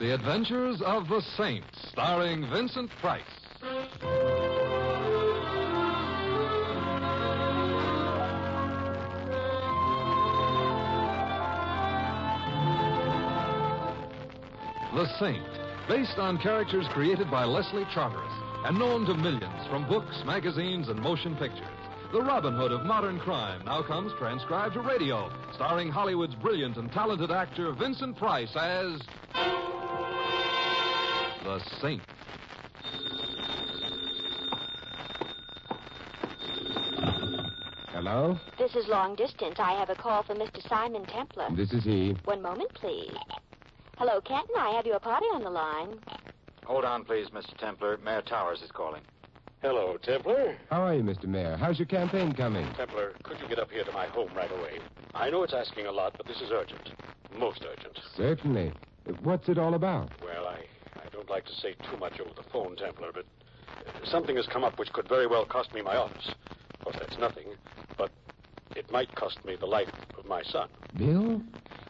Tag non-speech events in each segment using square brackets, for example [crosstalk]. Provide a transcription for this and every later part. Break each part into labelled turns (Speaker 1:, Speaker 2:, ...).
Speaker 1: The Adventures of the Saints, starring Vincent Price. The Saint, based on characters created by Leslie Charteris and known to millions from books, magazines, and motion pictures. The Robin Hood of modern crime now comes transcribed to radio, starring Hollywood's brilliant and talented actor Vincent Price as The Saint.
Speaker 2: Hello?
Speaker 3: This is long distance. I have a call for Mr. Simon Templar.
Speaker 2: This is he.
Speaker 3: One moment, please. Hello, Kenton. I have your party on the line.
Speaker 4: Hold on, please, Mr. Templar. Mayor Towers is calling.
Speaker 5: Hello, Templar.
Speaker 2: How are you, Mr. Mayor? How's your campaign coming?
Speaker 5: Templar, could you get up here to my home right away? I know it's asking a lot, but this is urgent. Most urgent.
Speaker 2: Certainly. What's it all about?
Speaker 5: Well, I, I don't like to say too much over the phone, Templar, but uh, something has come up which could very well cost me my office. Of course, that's nothing, but it might cost me the life of my son.
Speaker 2: Bill?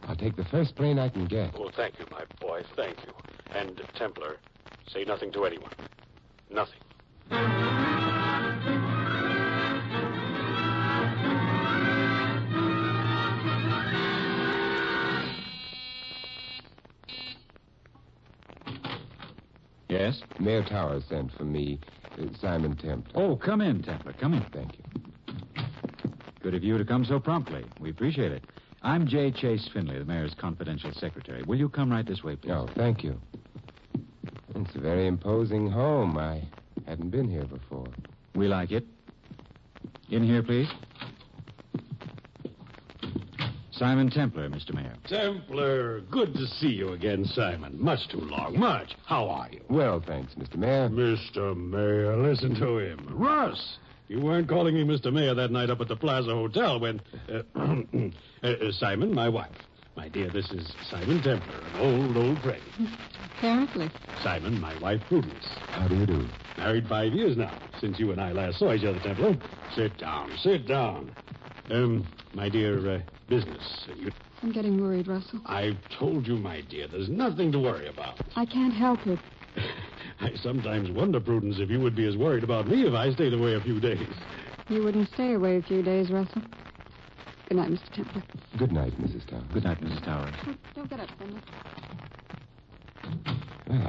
Speaker 2: I'll take the first plane I can get.
Speaker 5: Oh, thank you, my boy. Thank you. And, uh, Templar, say nothing to anyone. Nothing.
Speaker 6: Yes?
Speaker 2: Mayor Towers sent for me, uh, Simon Templar.
Speaker 6: Oh, come in, Templar. Come in.
Speaker 2: Thank you.
Speaker 6: Good of you to come so promptly. We appreciate it. I'm J. Chase Finley, the mayor's confidential secretary. Will you come right this way, please?
Speaker 2: No, thank you. Oh, It's a very imposing home. I hadn't been here before.
Speaker 6: We like it. In here, please. Simon Templar, Mr. Mayor.
Speaker 7: Templar, good to see you again, Simon. Much too long, much. How are you?
Speaker 2: Well, thanks, Mr. Mayor.
Speaker 7: Mr. Mayor, listen to him. Russ, you weren't calling me Mr. Mayor that night up at the Plaza Hotel when. Uh, [clears throat] uh, uh, Simon, my wife. My dear, this is Simon Templar, an old, old friend.
Speaker 8: Apparently.
Speaker 7: Simon, my wife, Prudence.
Speaker 2: How do you do?
Speaker 7: Married five years now, since you and I last saw each other, Templar. Sit down, sit down. Um, my dear, uh, business. You,
Speaker 8: I'm getting worried, Russell.
Speaker 7: I've told you, my dear, there's nothing to worry about.
Speaker 8: I can't help it.
Speaker 7: I sometimes wonder, Prudence, if you would be as worried about me if I stayed away a few days.
Speaker 8: You wouldn't stay away a few days, Russell. Good night, Mr. Templar.
Speaker 2: Good night, Mrs. Towers.
Speaker 6: Good night, Mrs. Towers.
Speaker 8: Oh, don't get up, Fenley.
Speaker 2: Well,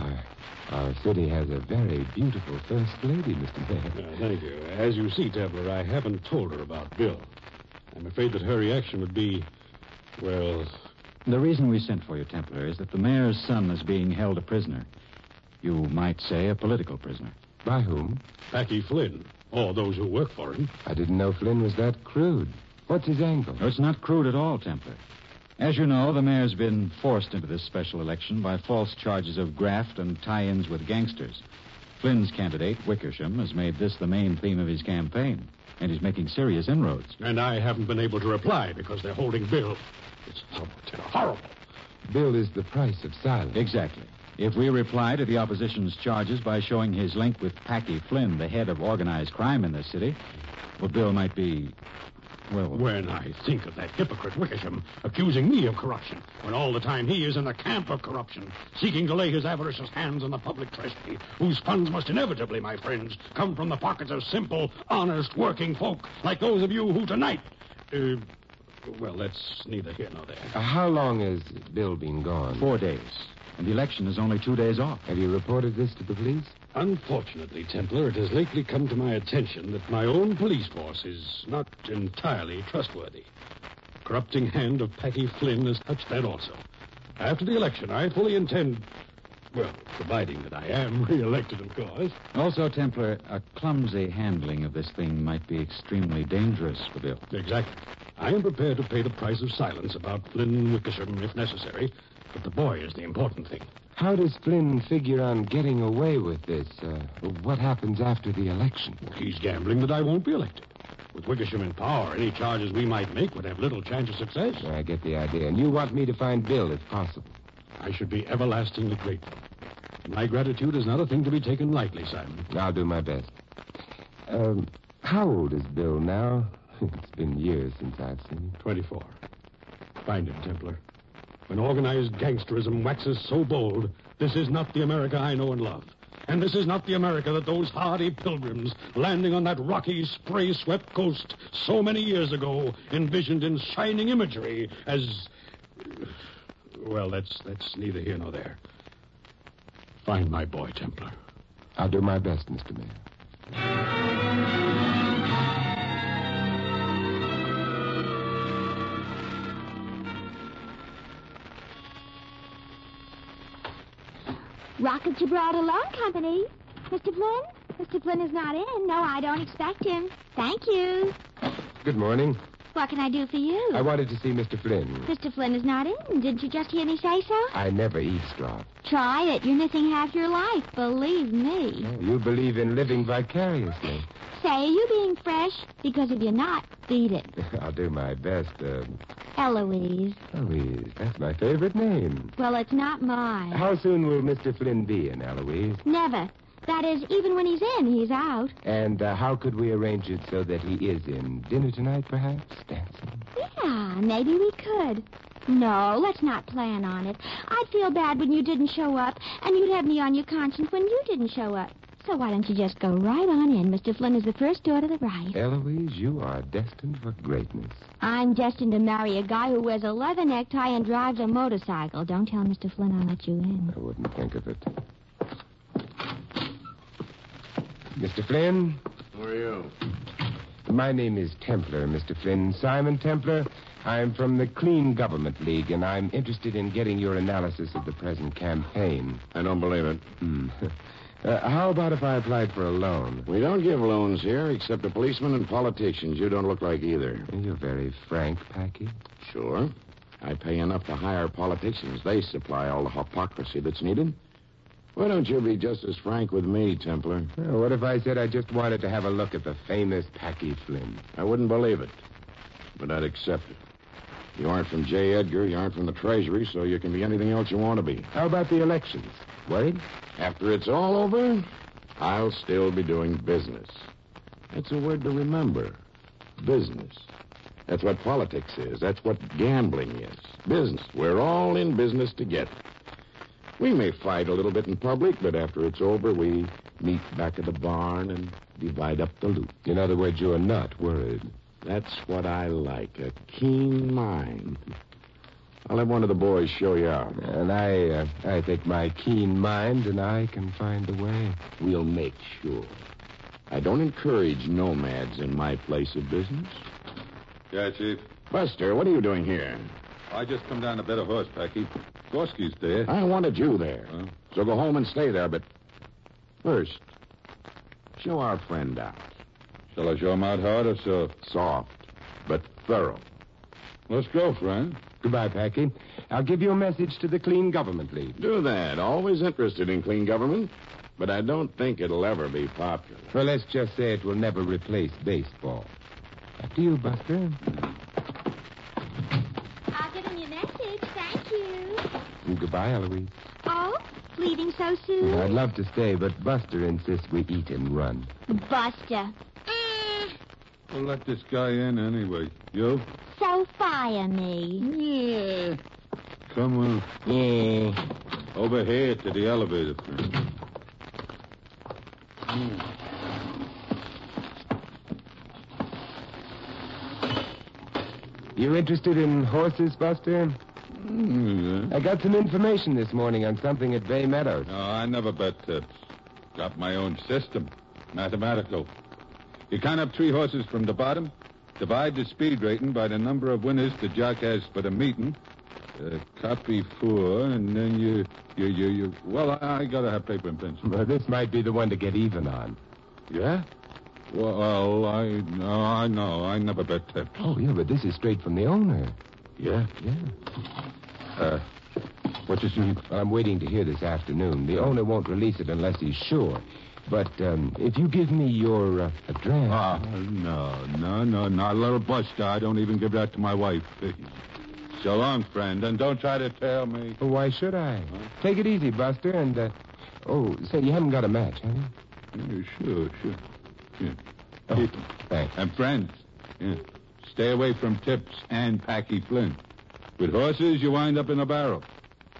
Speaker 2: our, our city has a very beautiful first lady, Mr. Mayor.
Speaker 7: Uh,
Speaker 6: [laughs]
Speaker 7: thank you. As you see, Templar, I haven't told her about Bill. I'm afraid that her reaction would be, well,
Speaker 6: The reason we sent for you, Templar, is that the mayor's son is being held a prisoner. You might say a political prisoner.
Speaker 2: By whom?
Speaker 7: Packy Flynn, or those who work for him.
Speaker 2: I didn't know Flynn was that crude. What's his angle?
Speaker 6: No, it's not crude at all, Templar. As you know, the mayor's been forced into this special election by false charges of graft and tie ins with gangsters. Flynn's candidate, Wickersham, has made this the main theme of his campaign, and he's making serious inroads.
Speaker 7: And I haven't been able to reply because they're holding Bill. It's horrible, Templar, horrible.
Speaker 2: Bill is the price of silence.
Speaker 6: Exactly. If we reply to the opposition's charges by showing his link with Packy Flynn, the head of organized crime in this city, well, Bill might be. Well,
Speaker 7: When I think of that hypocrite Wickersham accusing me of corruption, when all the time he is in the camp of corruption, seeking to lay his avaricious hands on the public treasury, whose funds must inevitably, my friends, come from the pockets of simple, honest, working folk like those of you who tonight. Uh, well, that's neither here nor there.
Speaker 2: Uh, How long has Bill been gone?
Speaker 6: four days. And the election is only two days off.
Speaker 2: Have you reported this to the police?
Speaker 7: Unfortunately, Templar, it has lately come to my attention that my own police force is not entirely trustworthy. Corrupting hand of Packy Flynn has touched that also. After the election, I fully intend, well, providing that I am [laughs] re-elected, of course.
Speaker 6: Also, Templar, a clumsy handling of this thing might be extremely dangerous for Bill.
Speaker 7: Exactly. I am prepared to pay the price of silence about Flynn and Wickersham if necessary, but the boy is the important thing.
Speaker 2: How does Flynn figure on getting away with this? Uh, what happens after the election?
Speaker 7: He's gambling that I won't be elected. With Wickersham in power, any charges we might make would have little chance of success.
Speaker 2: I get the idea. And you want me to find Bill, if possible.
Speaker 7: I should be everlastingly grateful. My gratitude is not a thing to be taken lightly, Simon.
Speaker 2: I'll do my best. Um, how old is Bill [laughs] now? it's been years since I've seen him.
Speaker 7: 24. Find him, Templar. When organized gangsterism waxes so bold, this is not the America I know and love. And this is not the America that those hardy pilgrims landing on that rocky, spray swept coast so many years ago envisioned in shining imagery as. Well, that's, that's neither here nor there. Find my boy, Templar.
Speaker 2: I'll do my best, Mr. Mayor.
Speaker 3: Rocket Gibraltar Loan Company. Mr. Flynn? Mr. Flynn is not in. No, I don't expect him. Thank you.
Speaker 2: Good morning.
Speaker 3: What can I do for you?
Speaker 2: I wanted to see Mr. Flynn.
Speaker 3: Mr. Flynn is not in. Didn't you just hear me say so?
Speaker 2: I never eavesdrop.
Speaker 3: Try it. You're missing half your life. Believe me.
Speaker 2: You believe in living vicariously. [laughs]
Speaker 3: Say, are you being fresh? Because if you're not, beat it.
Speaker 2: I'll do my best. Um,
Speaker 3: Eloise.
Speaker 2: Eloise, that's my favorite name.
Speaker 3: Well, it's not mine.
Speaker 2: How soon will Mr. Flynn be in, Eloise?
Speaker 3: Never. That is, even when he's in, he's out.
Speaker 2: And uh, how could we arrange it so that he is in? Dinner tonight, perhaps? Dancing?
Speaker 3: Yeah, maybe we could. No, let's not plan on it. I'd feel bad when you didn't show up, and you'd have me on your conscience when you didn't show up. So why don't you just go right on in? Mr. Flynn is the first door to the right.
Speaker 2: Eloise, you are destined for greatness.
Speaker 3: I'm destined to marry a guy who wears a leather necktie and drives a motorcycle. Don't tell Mr. Flynn I let you in.
Speaker 2: I wouldn't think of it. Mr. Flynn?
Speaker 9: Who are you?
Speaker 2: My name is Templar, Mr. Flynn. Simon Templar. I'm from the Clean Government League, and I'm interested in getting your analysis of the present campaign.
Speaker 9: I don't believe it.
Speaker 2: Hmm. [laughs] Uh, how about if I applied for a loan?
Speaker 9: We don't give loans here except to policemen and politicians. You don't look like either.
Speaker 2: You're very frank, Packy.
Speaker 9: Sure. I pay enough to hire politicians. They supply all the hypocrisy that's needed. Why don't you be just as frank with me, Templar?
Speaker 2: Well, what if I said I just wanted to have a look at the famous Packy Flynn?
Speaker 9: I wouldn't believe it, but I'd accept it. You aren't from J. Edgar, you aren't from the Treasury, so you can be anything else you want to be.
Speaker 2: How about the elections? Worried?
Speaker 9: After it's all over, I'll still be doing business. That's a word to remember. Business. That's what politics is. That's what gambling is. Business. We're all in business together. We may fight a little bit in public, but after it's over, we meet back at the barn and divide up the loot.
Speaker 2: In other words, you are not worried.
Speaker 9: That's what I like a keen mind. I'll have one of the boys show you out.
Speaker 2: And I, uh, I think my keen mind and I can find a way.
Speaker 9: We'll make sure. I don't encourage nomads in my place of business.
Speaker 10: Yeah, Chief.
Speaker 9: Buster, what are you doing here?
Speaker 10: I just come down to bed a horse, Packy. Gorski's there.
Speaker 9: I wanted you there.
Speaker 10: Huh?
Speaker 9: So go home and stay there, but first, show our friend out.
Speaker 10: Shall I show him out hard or so?
Speaker 9: Soft, but thorough.
Speaker 10: Let's go, friend.
Speaker 2: Goodbye, Packy. I'll give you a message to the Clean Government League.
Speaker 9: Do that. Always interested in clean government, but I don't think it'll ever be popular.
Speaker 2: Well, let's just say it will never replace baseball. Up to you, Buster.
Speaker 3: I'll give him your message. Thank you.
Speaker 2: And goodbye, Eloise.
Speaker 3: Oh, leaving so soon?
Speaker 2: I'd love to stay, but Buster insists we eat and run.
Speaker 3: Buster. Eh,
Speaker 10: We'll let this guy in anyway. You?
Speaker 3: so fire me.
Speaker 10: Yeah. Come on. Yeah. Over here to the elevator, friend.
Speaker 2: You interested in horses, Buster?
Speaker 10: Mm, yeah.
Speaker 2: I got some information this morning on something at Bay Meadows.
Speaker 10: No, I never bet tips. Got my own system. Mathematical. You count up three horses from the bottom, divide the speed rating by the number of winners the jock has for the meeting, uh, copy four, and then you, you, you, you. Well, I, I gotta have paper and pencil.
Speaker 2: Well, this might be the one to get even on.
Speaker 10: Yeah? Well, I, no, I know. Oh, I never bet tips.
Speaker 2: Oh, yeah, but this is straight from the owner.
Speaker 10: Yeah?
Speaker 2: Yeah.
Speaker 10: Uh, what's his name?
Speaker 2: Well, I'm waiting to hear this afternoon. The owner won't release it unless he's sure. But um, if you give me your uh, address.
Speaker 10: Ah, no, no, no, not a little Buster. I don't even give that to my wife. So long, friend, and don't try to tell me.
Speaker 2: Why should I? Take it easy, Buster, and, uh... Oh, say, you haven't got a match, have you?
Speaker 10: Yeah, sure, sure. Yeah.
Speaker 2: Oh, thanks.
Speaker 10: And friends, yeah. stay away from Tips and Packy Flynn. With horses, you wind up in a barrel.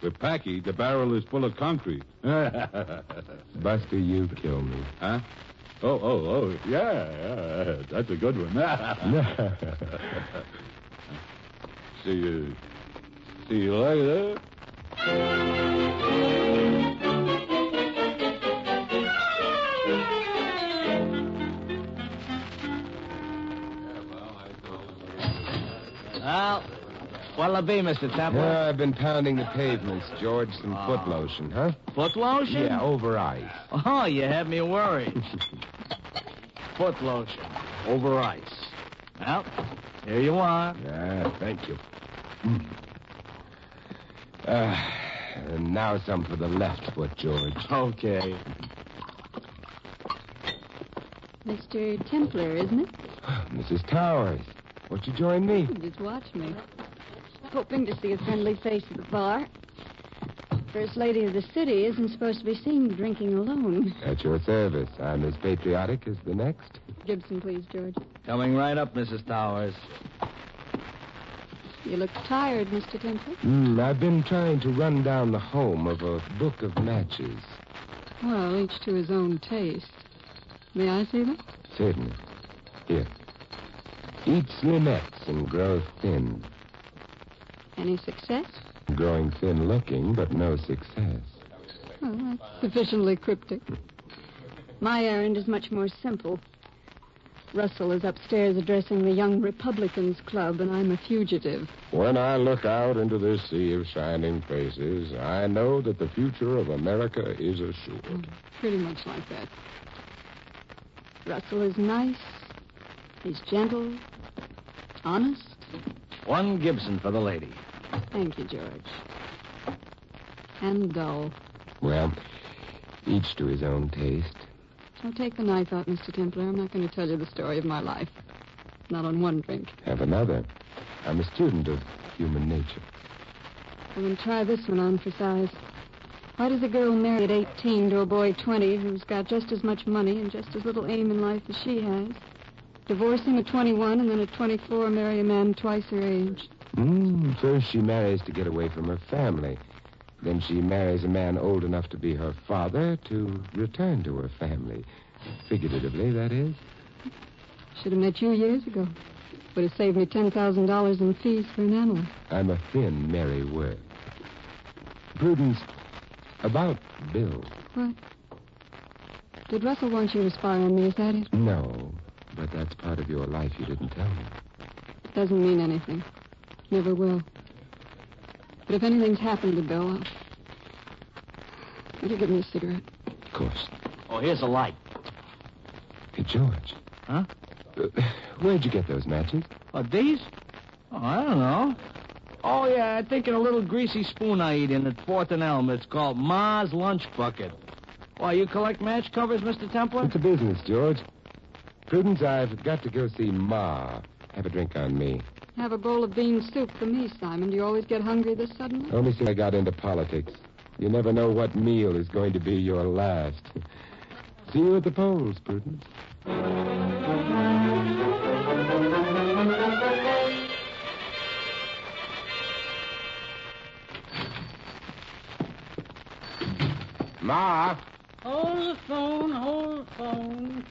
Speaker 10: With Packy, the barrel is full of concrete. [laughs]
Speaker 2: Buster, you kill me.
Speaker 10: Huh? Oh, oh, oh, yeah, yeah. That's a good one.
Speaker 2: [laughs]
Speaker 10: see you. See you later.
Speaker 11: Well, what'll it be, Mr. Temple?
Speaker 2: Yeah, I've been pounding the pavements, George. Some
Speaker 11: Ah.
Speaker 2: foot lotion, huh?
Speaker 11: Foot lotion?
Speaker 2: Yeah, over ice.
Speaker 11: Oh, you have
Speaker 2: [laughs]
Speaker 11: me worried. Foot lotion over ice. Well, here you are.
Speaker 2: Yeah, thank you. Mm. Uh, and now some for the left foot, George.
Speaker 11: [laughs] Okay.
Speaker 8: Mr. Templar, isn't it?
Speaker 2: Mrs. Towers, won't you join me?
Speaker 8: You just watch me. Hoping to see a friendly face at the bar. First lady of the city isn't supposed to be seen drinking alone.
Speaker 2: At your service. I'm as patriotic as the next.
Speaker 8: Gibson, please, George.
Speaker 11: Coming right up, Mrs. Towers.
Speaker 8: You look tired, Mr. Templar.
Speaker 2: Mm, I've been trying to run down the home of a book of matches.
Speaker 8: Well, each to his own taste. May I see them?
Speaker 2: Certainly. Here. Eat slimettes and grow thin.
Speaker 8: Any success?
Speaker 2: Growing thin looking, but no success.
Speaker 8: Well, Hmm, that's sufficiently cryptic. My errand is much more simple. Russell is upstairs addressing the Young Republicans Club, and I'm a fugitive.
Speaker 9: When I look out into this sea of shining faces, I know that the future of America is assured.
Speaker 8: Pretty much like that. Russell is nice. He's gentle. Honest.
Speaker 11: One Gibson for the lady.
Speaker 8: Thank you, George. And dull.
Speaker 2: Well, each to his own taste.
Speaker 8: So take the knife out, Mr. Templar. I'm not going to tell you the story of my life. Not on one drink.
Speaker 2: Have another. I'm a student of human nature.
Speaker 8: Well, then try this one on for size. Why does a girl marry at 18 to a boy 20 who's got just as much money and just as little aim in life as she has? Divorce him at 21 and then at 24 marry a man twice her age.
Speaker 2: Mm, first, she marries to get away from her family. Then she marries a man old enough to be her father to return to her family. Figuratively, that is.
Speaker 8: Should have met you years ago. Would have saved me $10,000 in fees for an analyst.
Speaker 2: I'm a thin Mary Worth. Prudence, about Bill.
Speaker 8: What? Did Russell want you to spy on me? Is that it?
Speaker 2: No, but that's part of your life you didn't tell me.
Speaker 8: Doesn't mean anything. Never will. But if anything's happened to Bill, I'll... Would you give me a cigarette?
Speaker 2: Of course.
Speaker 11: Oh, here's a light.
Speaker 2: Hey, George.
Speaker 11: Huh?
Speaker 2: Uh, where'd you get those matches?
Speaker 11: Oh, these? Oh, I don't know. Oh, yeah, I think in a little greasy spoon I eat in at Fourth and Elm. It's called Ma's Lunch Bucket. Why, you collect match covers, Mr. Templar?
Speaker 2: It's a business, George. Prudence, I've got to go see Ma. Have a drink on me.
Speaker 8: Have a bowl of bean soup for me, Simon. Do you always get hungry this suddenly?
Speaker 2: Only since I got into politics. You never know what meal is going to be your last. See you at the polls, Prudence. Ma,
Speaker 12: Hold the phone, hold the phone.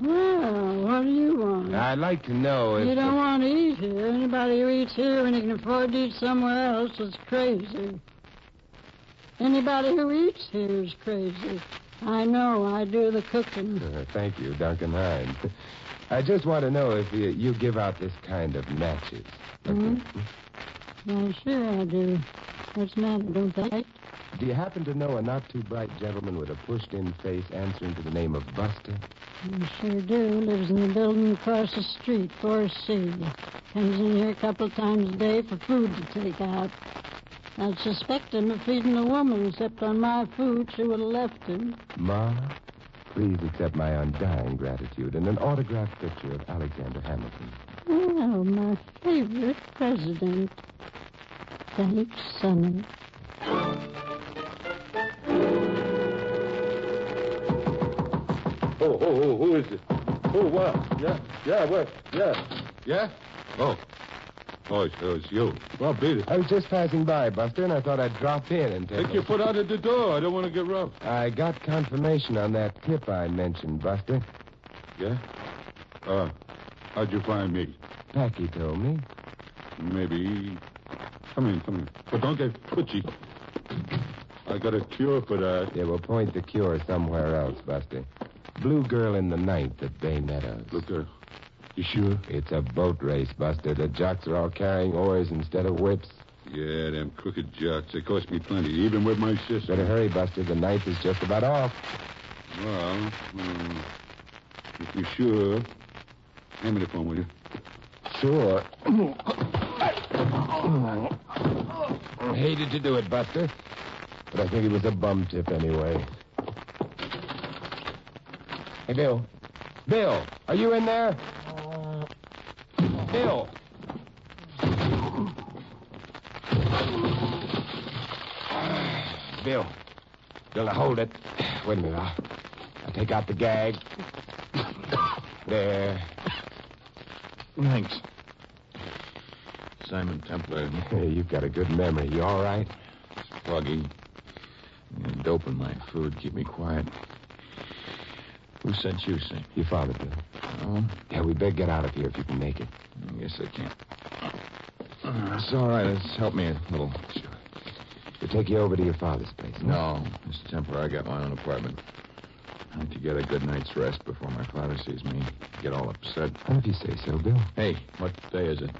Speaker 12: Well, what do you want?
Speaker 2: I'd like to know if
Speaker 12: You don't want to eat here. Anybody who eats here when he can afford to eat somewhere else is crazy. Anybody who eats here is crazy. I know. I do the cooking.
Speaker 2: Uh, thank you, Duncan Hines. I just want to know if you, you give out this kind of matches.
Speaker 12: Hmm? Well, sure I do. What's the matter? Don't they? like?
Speaker 2: Do you happen to know a not too bright gentleman with a pushed in face answering to the name of Buster?
Speaker 12: You sure do. Lives in the building across the street, 4C. Comes in here a couple times a day for food to take out. I'd suspect him of feeding a woman, except on my food, she would have left him.
Speaker 2: Ma, please accept my undying gratitude and an autographed picture of Alexander Hamilton.
Speaker 12: Well, my favorite president. Thanks, Sonny. [clears throat]
Speaker 10: Oh, oh, oh, who is it? Oh, wow. Yeah, yeah, what? Yeah. Yeah? Oh, Oh, so it's you. Well, beat it.
Speaker 2: I was just passing by, Buster, and I thought I'd drop in and take.
Speaker 10: Take your foot out of the door. I don't want to get rough.
Speaker 2: I got confirmation on that tip I mentioned, Buster.
Speaker 10: Yeah? Uh, how'd you find me?
Speaker 2: Packy told me.
Speaker 10: Maybe. Come in, come in. But don't get twitchy. I got a cure for that.
Speaker 2: Yeah, we'll point the cure somewhere else, Buster. Blue Girl in the Ninth at Bay Meadows. Blue
Speaker 10: Girl. You sure?
Speaker 2: It's a boat race, Buster. The jocks are all carrying oars instead of whips.
Speaker 10: Yeah, them crooked jocks. They cost me plenty, even with my sister.
Speaker 2: Better hurry, Buster. The ninth is just about off.
Speaker 10: Well, um, if you're sure, hand me the phone, will you?
Speaker 2: Sure. Hmm. Hated to do it, Buster. But I think it was a bum tip anyway. Hey, Bill. Bill, are you in there? Bill. [sighs] Bill. Bill, now hold it. Wait a minute. I'll, I'll take out the gag. [coughs] There.
Speaker 13: Thanks. Simon Templar.
Speaker 2: Hey, you've got a good memory. You all right?
Speaker 13: Foggy. And dope in my food. Keep me quiet. Who sent you, Sink?
Speaker 2: Your father, Bill.
Speaker 13: Oh?
Speaker 2: Yeah, we better get out of here if you can make it.
Speaker 13: I guess I can't. Uh, It's all right. It's helped me a little. Sure.
Speaker 2: We'll take you over to your father's place.
Speaker 13: No, Mr. Templar, I got my own apartment. I like to get a good night's rest before my father sees me. Get all upset.
Speaker 2: Well, if you say so, Bill.
Speaker 13: Hey, what day is it?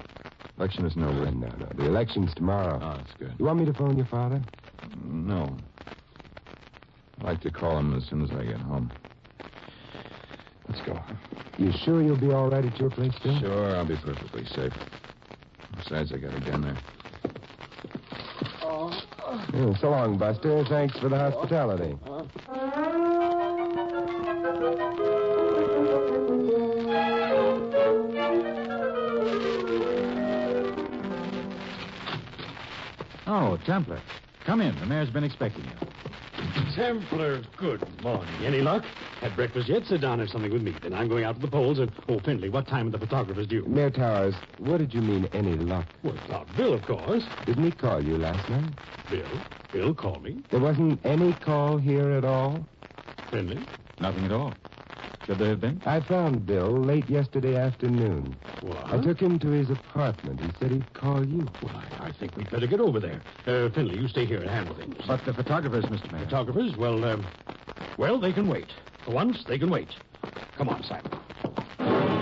Speaker 13: Election is
Speaker 2: No,
Speaker 13: nowhere.
Speaker 2: no, no. The election's tomorrow.
Speaker 13: Oh, that's good.
Speaker 2: You want me to phone your father?
Speaker 13: No. I'd like to call him as soon as I get home. Let's go.
Speaker 2: You sure you'll be all right at your place, Bill?
Speaker 13: Sure, I'll be perfectly safe. Besides, I got a gun there.
Speaker 2: Yeah, Hmm, so long, Buster. Thanks for the hospitality.
Speaker 6: Oh, Templar. Come in. The mayor's been expecting you.
Speaker 7: Templar, good morning. Any luck? Had breakfast yet? Sit down and have something with me. Then I'm going out to the polls. And, oh, Findlay, what time are the photographers due?
Speaker 2: Mayor Towers, what did you mean, any luck?
Speaker 7: Well, it's not Bill, of course.
Speaker 2: Didn't he call you last night?
Speaker 7: Bill? Bill called me.
Speaker 2: There wasn't any call here at all?
Speaker 7: Findlay?
Speaker 6: Nothing at all. Could there have been?
Speaker 2: I found Bill late yesterday afternoon.
Speaker 7: What?
Speaker 2: I took him to his apartment. He said he'd call you.
Speaker 7: Well, I, I think we'd better get over there. Uh, Findlay, you stay here and handle things.
Speaker 6: But the photographers, Mr. Mayor.
Speaker 7: Photographers, well, um, well, they can wait. For once, they can wait. Come on, Simon.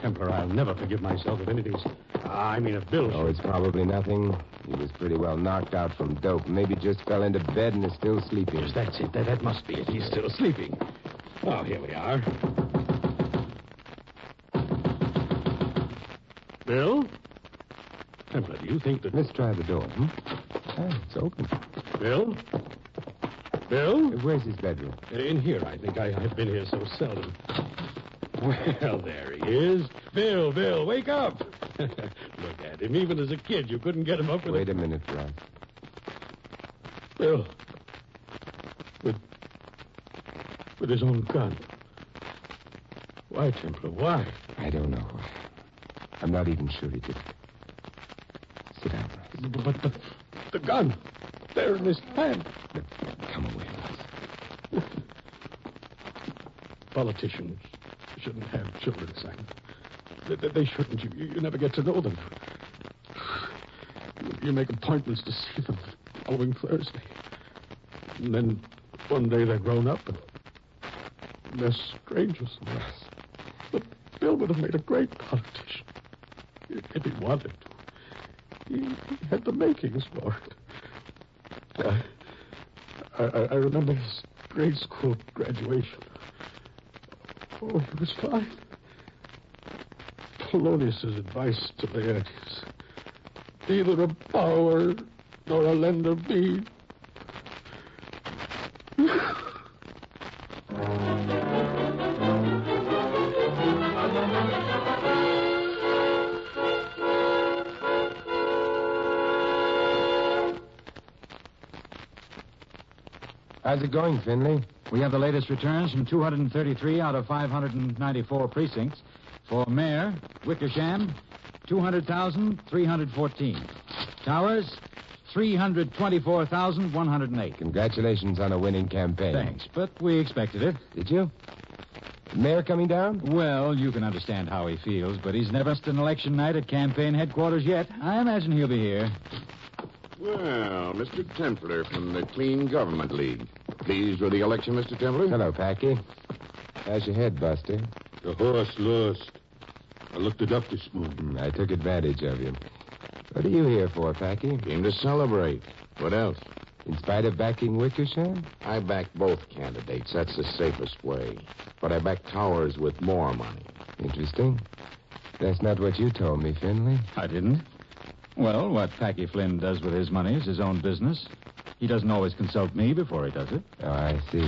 Speaker 7: Templar, I'll never forgive myself if anything's. I mean, if Bill.
Speaker 2: Oh, it's probably nothing. He was pretty well knocked out from dope. Maybe just fell into bed and is still sleeping.
Speaker 7: Yes, that's it. That, that must be it. He's still sleeping. Oh, here we are. Bill? Templar, do you think that.
Speaker 2: Let's try the door. Hmm? Ah, it's open.
Speaker 7: Bill? Bill?
Speaker 2: Where's his bedroom?
Speaker 7: In here, I think. I, I've been here so seldom. [laughs] Well, there he is. Bill, Bill, wake up. [laughs] Look at him. Even as a kid, you couldn't get him up with
Speaker 2: Wait a minute, Bryce.
Speaker 7: a... Bill. With, with his own gun. Why, Templar, why?
Speaker 2: I don't know. I'm not even sure he did. it. Sit down, Bryce.
Speaker 7: But, but the, the gun, there in his hand.
Speaker 2: Come away, Bryce.
Speaker 7: Politicians shouldn't have children, Simon. They, they- they shouldn't. You, you never get to know them. You- You make appointments to see them the following Thursday. And then one day they're grown up and they're strangers. But Bill would have made a great politician if he wanted to. He, he had the makings for it. I, I, I remember his grade school graduation. Oh, he was fine. Polonius's advice to Laertes. Neither a borrower nor a lender be.
Speaker 2: How's it going, Finley?
Speaker 6: We have the latest returns from 233 out of 594 precincts. For Mayor, Wickersham, 200,314. Towers, 324,108.
Speaker 2: Congratulations on a winning campaign.
Speaker 6: Thanks, but we expected it.
Speaker 2: Did you? The mayor coming down?
Speaker 6: Well, you can understand how he feels, but he's never missed an election night at campaign headquarters yet. I imagine he'll be here.
Speaker 9: Well, Mr. Templer from the Clean Government League. Pleased with the election, Mr. Templer?
Speaker 2: Hello, Packy. How's your head, Buster?
Speaker 10: The horse lost. I looked it up this morning.
Speaker 2: Hmm, I took advantage of you. What are you here for, Packy?
Speaker 9: Came to celebrate. What else?
Speaker 2: In spite of backing Wickersham?
Speaker 9: I back both candidates. That's the safest way. But I back Towers with more money.
Speaker 2: Interesting. That's not what you told me, Finley.
Speaker 6: I didn't. Well, what Packy Flynn does with his money is his own business. He doesn't always consult me before he does it.
Speaker 2: Oh, I see.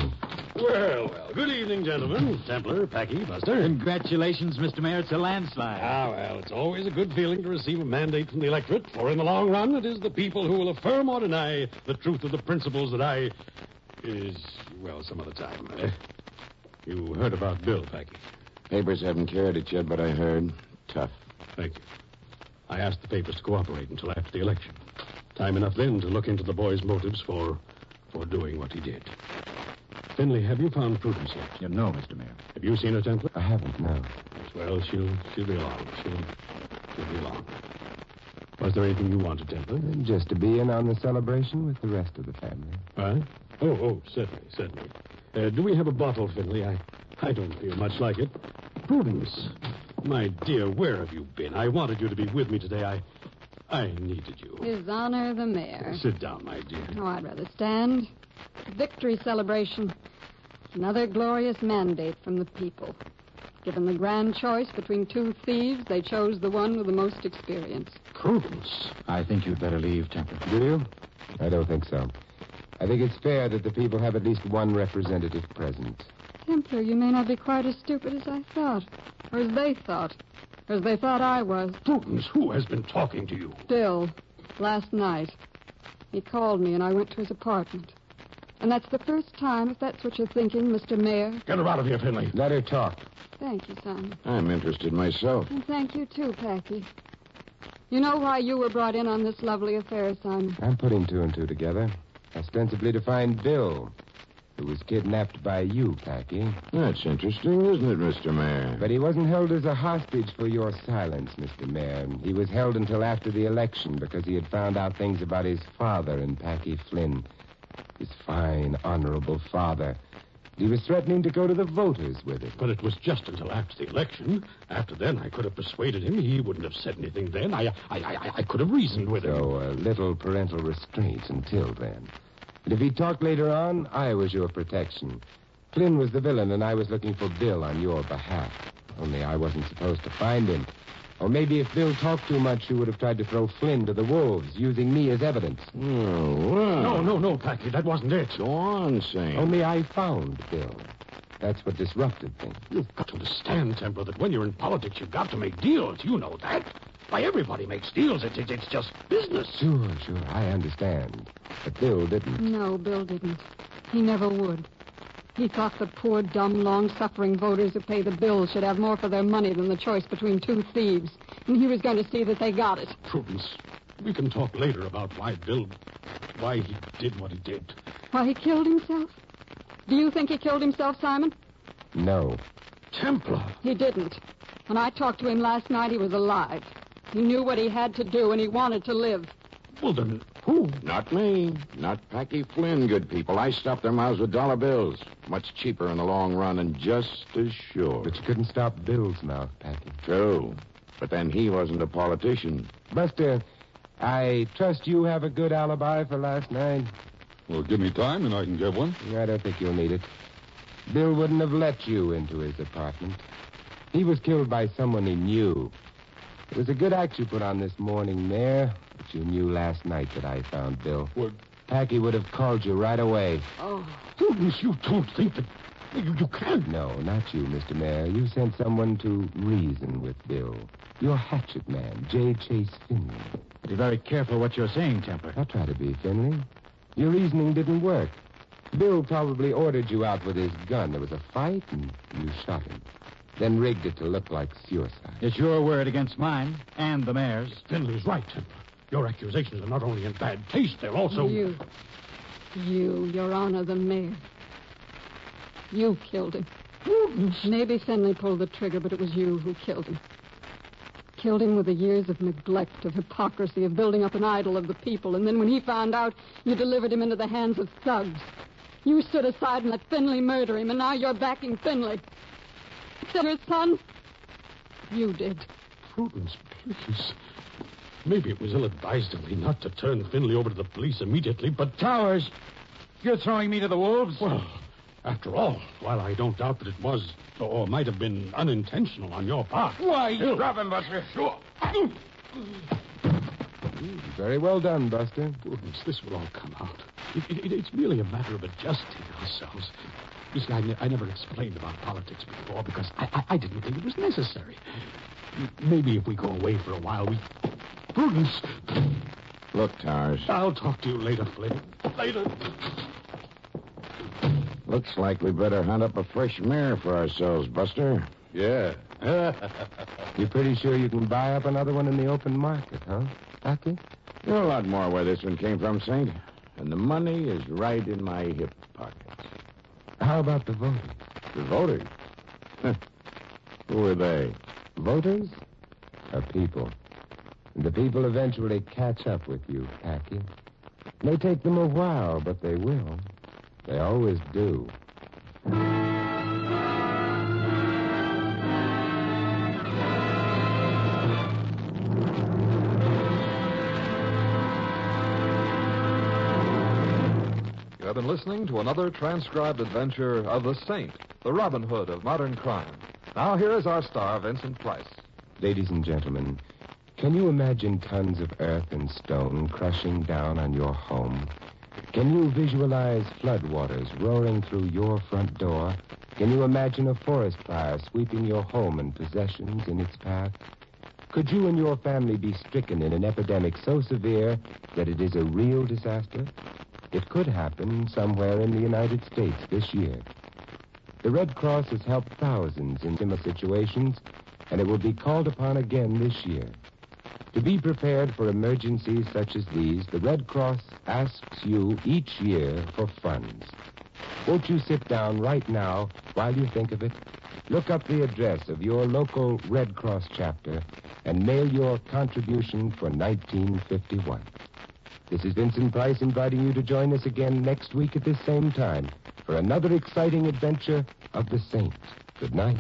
Speaker 7: Well, well. Good evening, gentlemen. Templar, Packy, Buster.
Speaker 6: Congratulations, Mr. Mayor. It's a landslide.
Speaker 7: Ah, well, it's always a good feeling to receive a mandate from the electorate, for in the long run, it is the people who will affirm or deny the truth of the principles that I. is. well, some other time. Uh, you heard about Bill, Packy.
Speaker 9: Papers haven't carried it yet, but I heard. Tough.
Speaker 7: Thank you. I asked the papers to cooperate until after the election. Time enough then to look into the boy's motives for. for doing what he did. Finley, have you found Prudence yet?
Speaker 6: You know, Mr. Mayor.
Speaker 7: Have you seen her, Templar?
Speaker 2: I haven't, no.
Speaker 7: Well, she'll she'll be along. She'll she'll be along. Was there anything you wanted, Templar?
Speaker 2: Just to be in on the celebration with the rest of the family.
Speaker 7: Huh? Oh, oh, certainly, certainly. Uh, do we have a bottle, Finley? I I don't feel much like it. Prudence, my dear, where have you been? I wanted you to be with me today. I I needed you.
Speaker 8: His Honor the Mayor.
Speaker 7: Sit down, my dear.
Speaker 8: Oh, I'd rather stand. Victory celebration. Another glorious mandate from the people. Given the grand choice between two thieves, they chose the one with the most experience.
Speaker 7: Prudence.
Speaker 6: I think you'd better leave, Temple.
Speaker 2: Do you? I don't think so. I think it's fair that the people have at least one representative present.
Speaker 8: Templar, you may not be quite as stupid as I thought, or as they thought, or as they thought I was.
Speaker 7: Prudence, who has been talking to you?
Speaker 8: Bill, last night, he called me and I went to his apartment. And that's the first time, if that's what you're thinking, Mr. Mayor.
Speaker 7: Get her out of here, Finley.
Speaker 2: Let her talk.
Speaker 8: Thank you, son.
Speaker 9: I'm interested myself.
Speaker 8: And thank you, too, Packy. You know why you were brought in on this lovely affair, son?
Speaker 2: I'm putting two and two together, ostensibly to find Bill, who was kidnapped by you, Packy.
Speaker 9: That's interesting, isn't it, Mr. Mayor?
Speaker 2: But he wasn't held as a hostage for your silence, Mr. Mayor. He was held until after the election because he had found out things about his father and Packy Flynn his fine, honorable father. He was threatening to go to the voters with it.
Speaker 7: But it was just until after the election. After then, I could have persuaded him. He wouldn't have said anything then. I, I, I, I could have reasoned with him.
Speaker 2: So a little parental restraint until then. And if he talked later on, I was your protection. Flynn was the villain, and I was looking for Bill on your behalf. Only I wasn't supposed to find him. Or maybe if Bill talked too much, you would have tried to throw Flynn to the wolves, using me as evidence.
Speaker 9: Oh, well.
Speaker 7: No, no, no, Packy. That wasn't it.
Speaker 9: Go on, Sam.
Speaker 2: Only I found Bill. That's what disrupted things.
Speaker 7: You've got to understand, Templar, that when you're in politics, you've got to make deals. You know that. Why, everybody makes deals. It's, it's, it's just business.
Speaker 2: Sure, sure. I understand. But Bill didn't.
Speaker 8: No, Bill didn't. He never would. He thought the poor, dumb, long-suffering voters who pay the bills should have more for their money than the choice between two thieves. And he was going to see that they got it.
Speaker 7: Prudence, we can talk later about why Bill, why he did what he did.
Speaker 8: Why he killed himself? Do you think he killed himself, Simon?
Speaker 2: No.
Speaker 7: Templar.
Speaker 8: He didn't. When I talked to him last night, he was alive. He knew what he had to do, and he wanted to live.
Speaker 7: Well, then, who?
Speaker 9: Not me. Not Packy Flynn, good people. I stopped their mouths with dollar bills. Much cheaper in the long run and just as sure.
Speaker 2: But you couldn't stop Bill's mouth, Packy.
Speaker 9: True. But then he wasn't a politician.
Speaker 2: Buster, I trust you have a good alibi for last night.
Speaker 10: Well, give me time and I can get one.
Speaker 2: I don't think you'll need it. Bill wouldn't have let you into his apartment. He was killed by someone he knew. It was a good act you put on this morning, Mayor. But you knew last night that I found Bill.
Speaker 7: What?
Speaker 2: Packy would have called you right away.
Speaker 8: Oh.
Speaker 7: Prudence, you don't think that. You, you can't.
Speaker 2: No, not you, Mr. Mayor. You sent someone to reason with Bill. Your hatchet man, J. Chase Finley.
Speaker 6: Be very careful what you're saying, Temper.
Speaker 2: I'll try to be, Finley. Your reasoning didn't work. Bill probably ordered you out with his gun. There was a fight, and you shot him. Then rigged it to look like suicide.
Speaker 6: It's your word against mine and the mayor's.
Speaker 7: Finley's right, Templar. Your accusations are not only in bad taste, they're also.
Speaker 8: You. You, Your Honor, the mayor. You killed him. Maybe Finley pulled the trigger, but it was you who killed him. Killed him with the years of neglect, of hypocrisy, of building up an idol of the people, and then when he found out, you delivered him into the hands of thugs. You stood aside and let Finley murder him, and now you're backing Finley. Except your son. You did.
Speaker 7: Prudence, please. Maybe it was ill advised of me not to turn Finley over to the police immediately, but. Towers, you're throwing me to the wolves? Well, after all, while I don't doubt that it was or might have been unintentional on your part.
Speaker 14: Why, you grab him, Buster. Sure.
Speaker 2: Very well done, Buster.
Speaker 7: Prudence, this will all come out. It, it- it- it's merely a matter of adjusting ourselves. You see, I, ne- I never explained about politics before because I, I, I didn't think it was necessary. M- Maybe if we go away for a while, we. Prudence!
Speaker 13: Look, Towers.
Speaker 7: I'll talk to you later, Flint. Later.
Speaker 13: Looks like we better hunt up a fresh mare for ourselves, Buster. [laughs]
Speaker 10: Yeah.
Speaker 2: You're pretty sure you can buy up another one in the open market, huh, Ducky?
Speaker 13: You're a lot more where this one came from, Saint. And the money is right in my hip pocket.
Speaker 2: How about the voting?
Speaker 13: The voters? Huh. Who are they?
Speaker 2: Voters are people. And the people eventually catch up with you, Packy. It may take them a while, but they will. They always do.
Speaker 1: You have been listening to another transcribed adventure of The Saint, the Robin Hood of modern crime. Now, here is our star, Vincent Price.
Speaker 2: Ladies and gentlemen, can you imagine tons of earth and stone crushing down on your home? Can you visualize floodwaters roaring through your front door? Can you imagine a forest fire sweeping your home and possessions in its path? Could you and your family be stricken in an epidemic so severe that it is a real disaster? It could happen somewhere in the United States this year. The Red Cross has helped thousands in similar situations and it will be called upon again this year. To be prepared for emergencies such as these, the Red Cross asks you each year for funds. Won't you sit down right now while you think of it? Look up the address of your local Red Cross chapter and mail your contribution for 1951. This is Vincent Price inviting you to join us again next week at this same time for another exciting adventure of the Saint. Good night.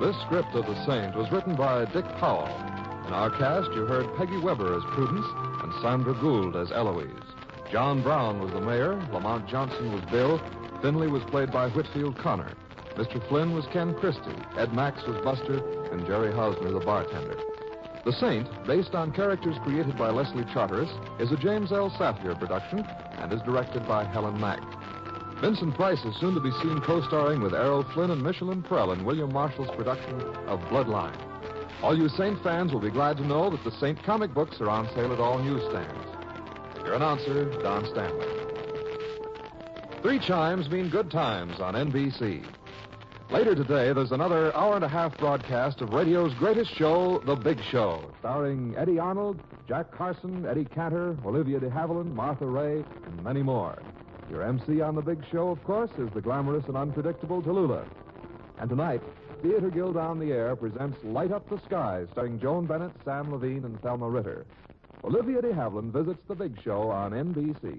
Speaker 1: This script of The Saint was written by Dick Powell. In our cast, you heard Peggy Weber as Prudence and Sandra Gould as Eloise. John Brown was the mayor, Lamont Johnson was Bill, Finley was played by Whitfield Connor, Mr. Flynn was Ken Christie, Ed Max was Buster, and Jerry Hausner, the bartender. The Saint, based on characters created by Leslie Charteris, is a James L. Safier production and is directed by Helen Mack. Vincent Price is soon to be seen co-starring with Errol Flynn and Michelin Prell in William Marshall's production of Bloodline. All you Saint fans will be glad to know that the Saint comic books are on sale at all newsstands. Your announcer, Don Stanley. Three chimes mean good times on NBC. Later today, there's another hour and a half broadcast of radio's greatest show, The Big Show, starring Eddie Arnold, Jack Carson, Eddie Cantor, Olivia de Havilland, Martha Ray, and many more. Your MC on The Big Show, of course, is the glamorous and unpredictable Tallulah. And tonight, Theater Guild on the Air presents Light Up the Sky, starring Joan Bennett, Sam Levine, and Thelma Ritter. Olivia de Havilland visits The Big Show on NBC.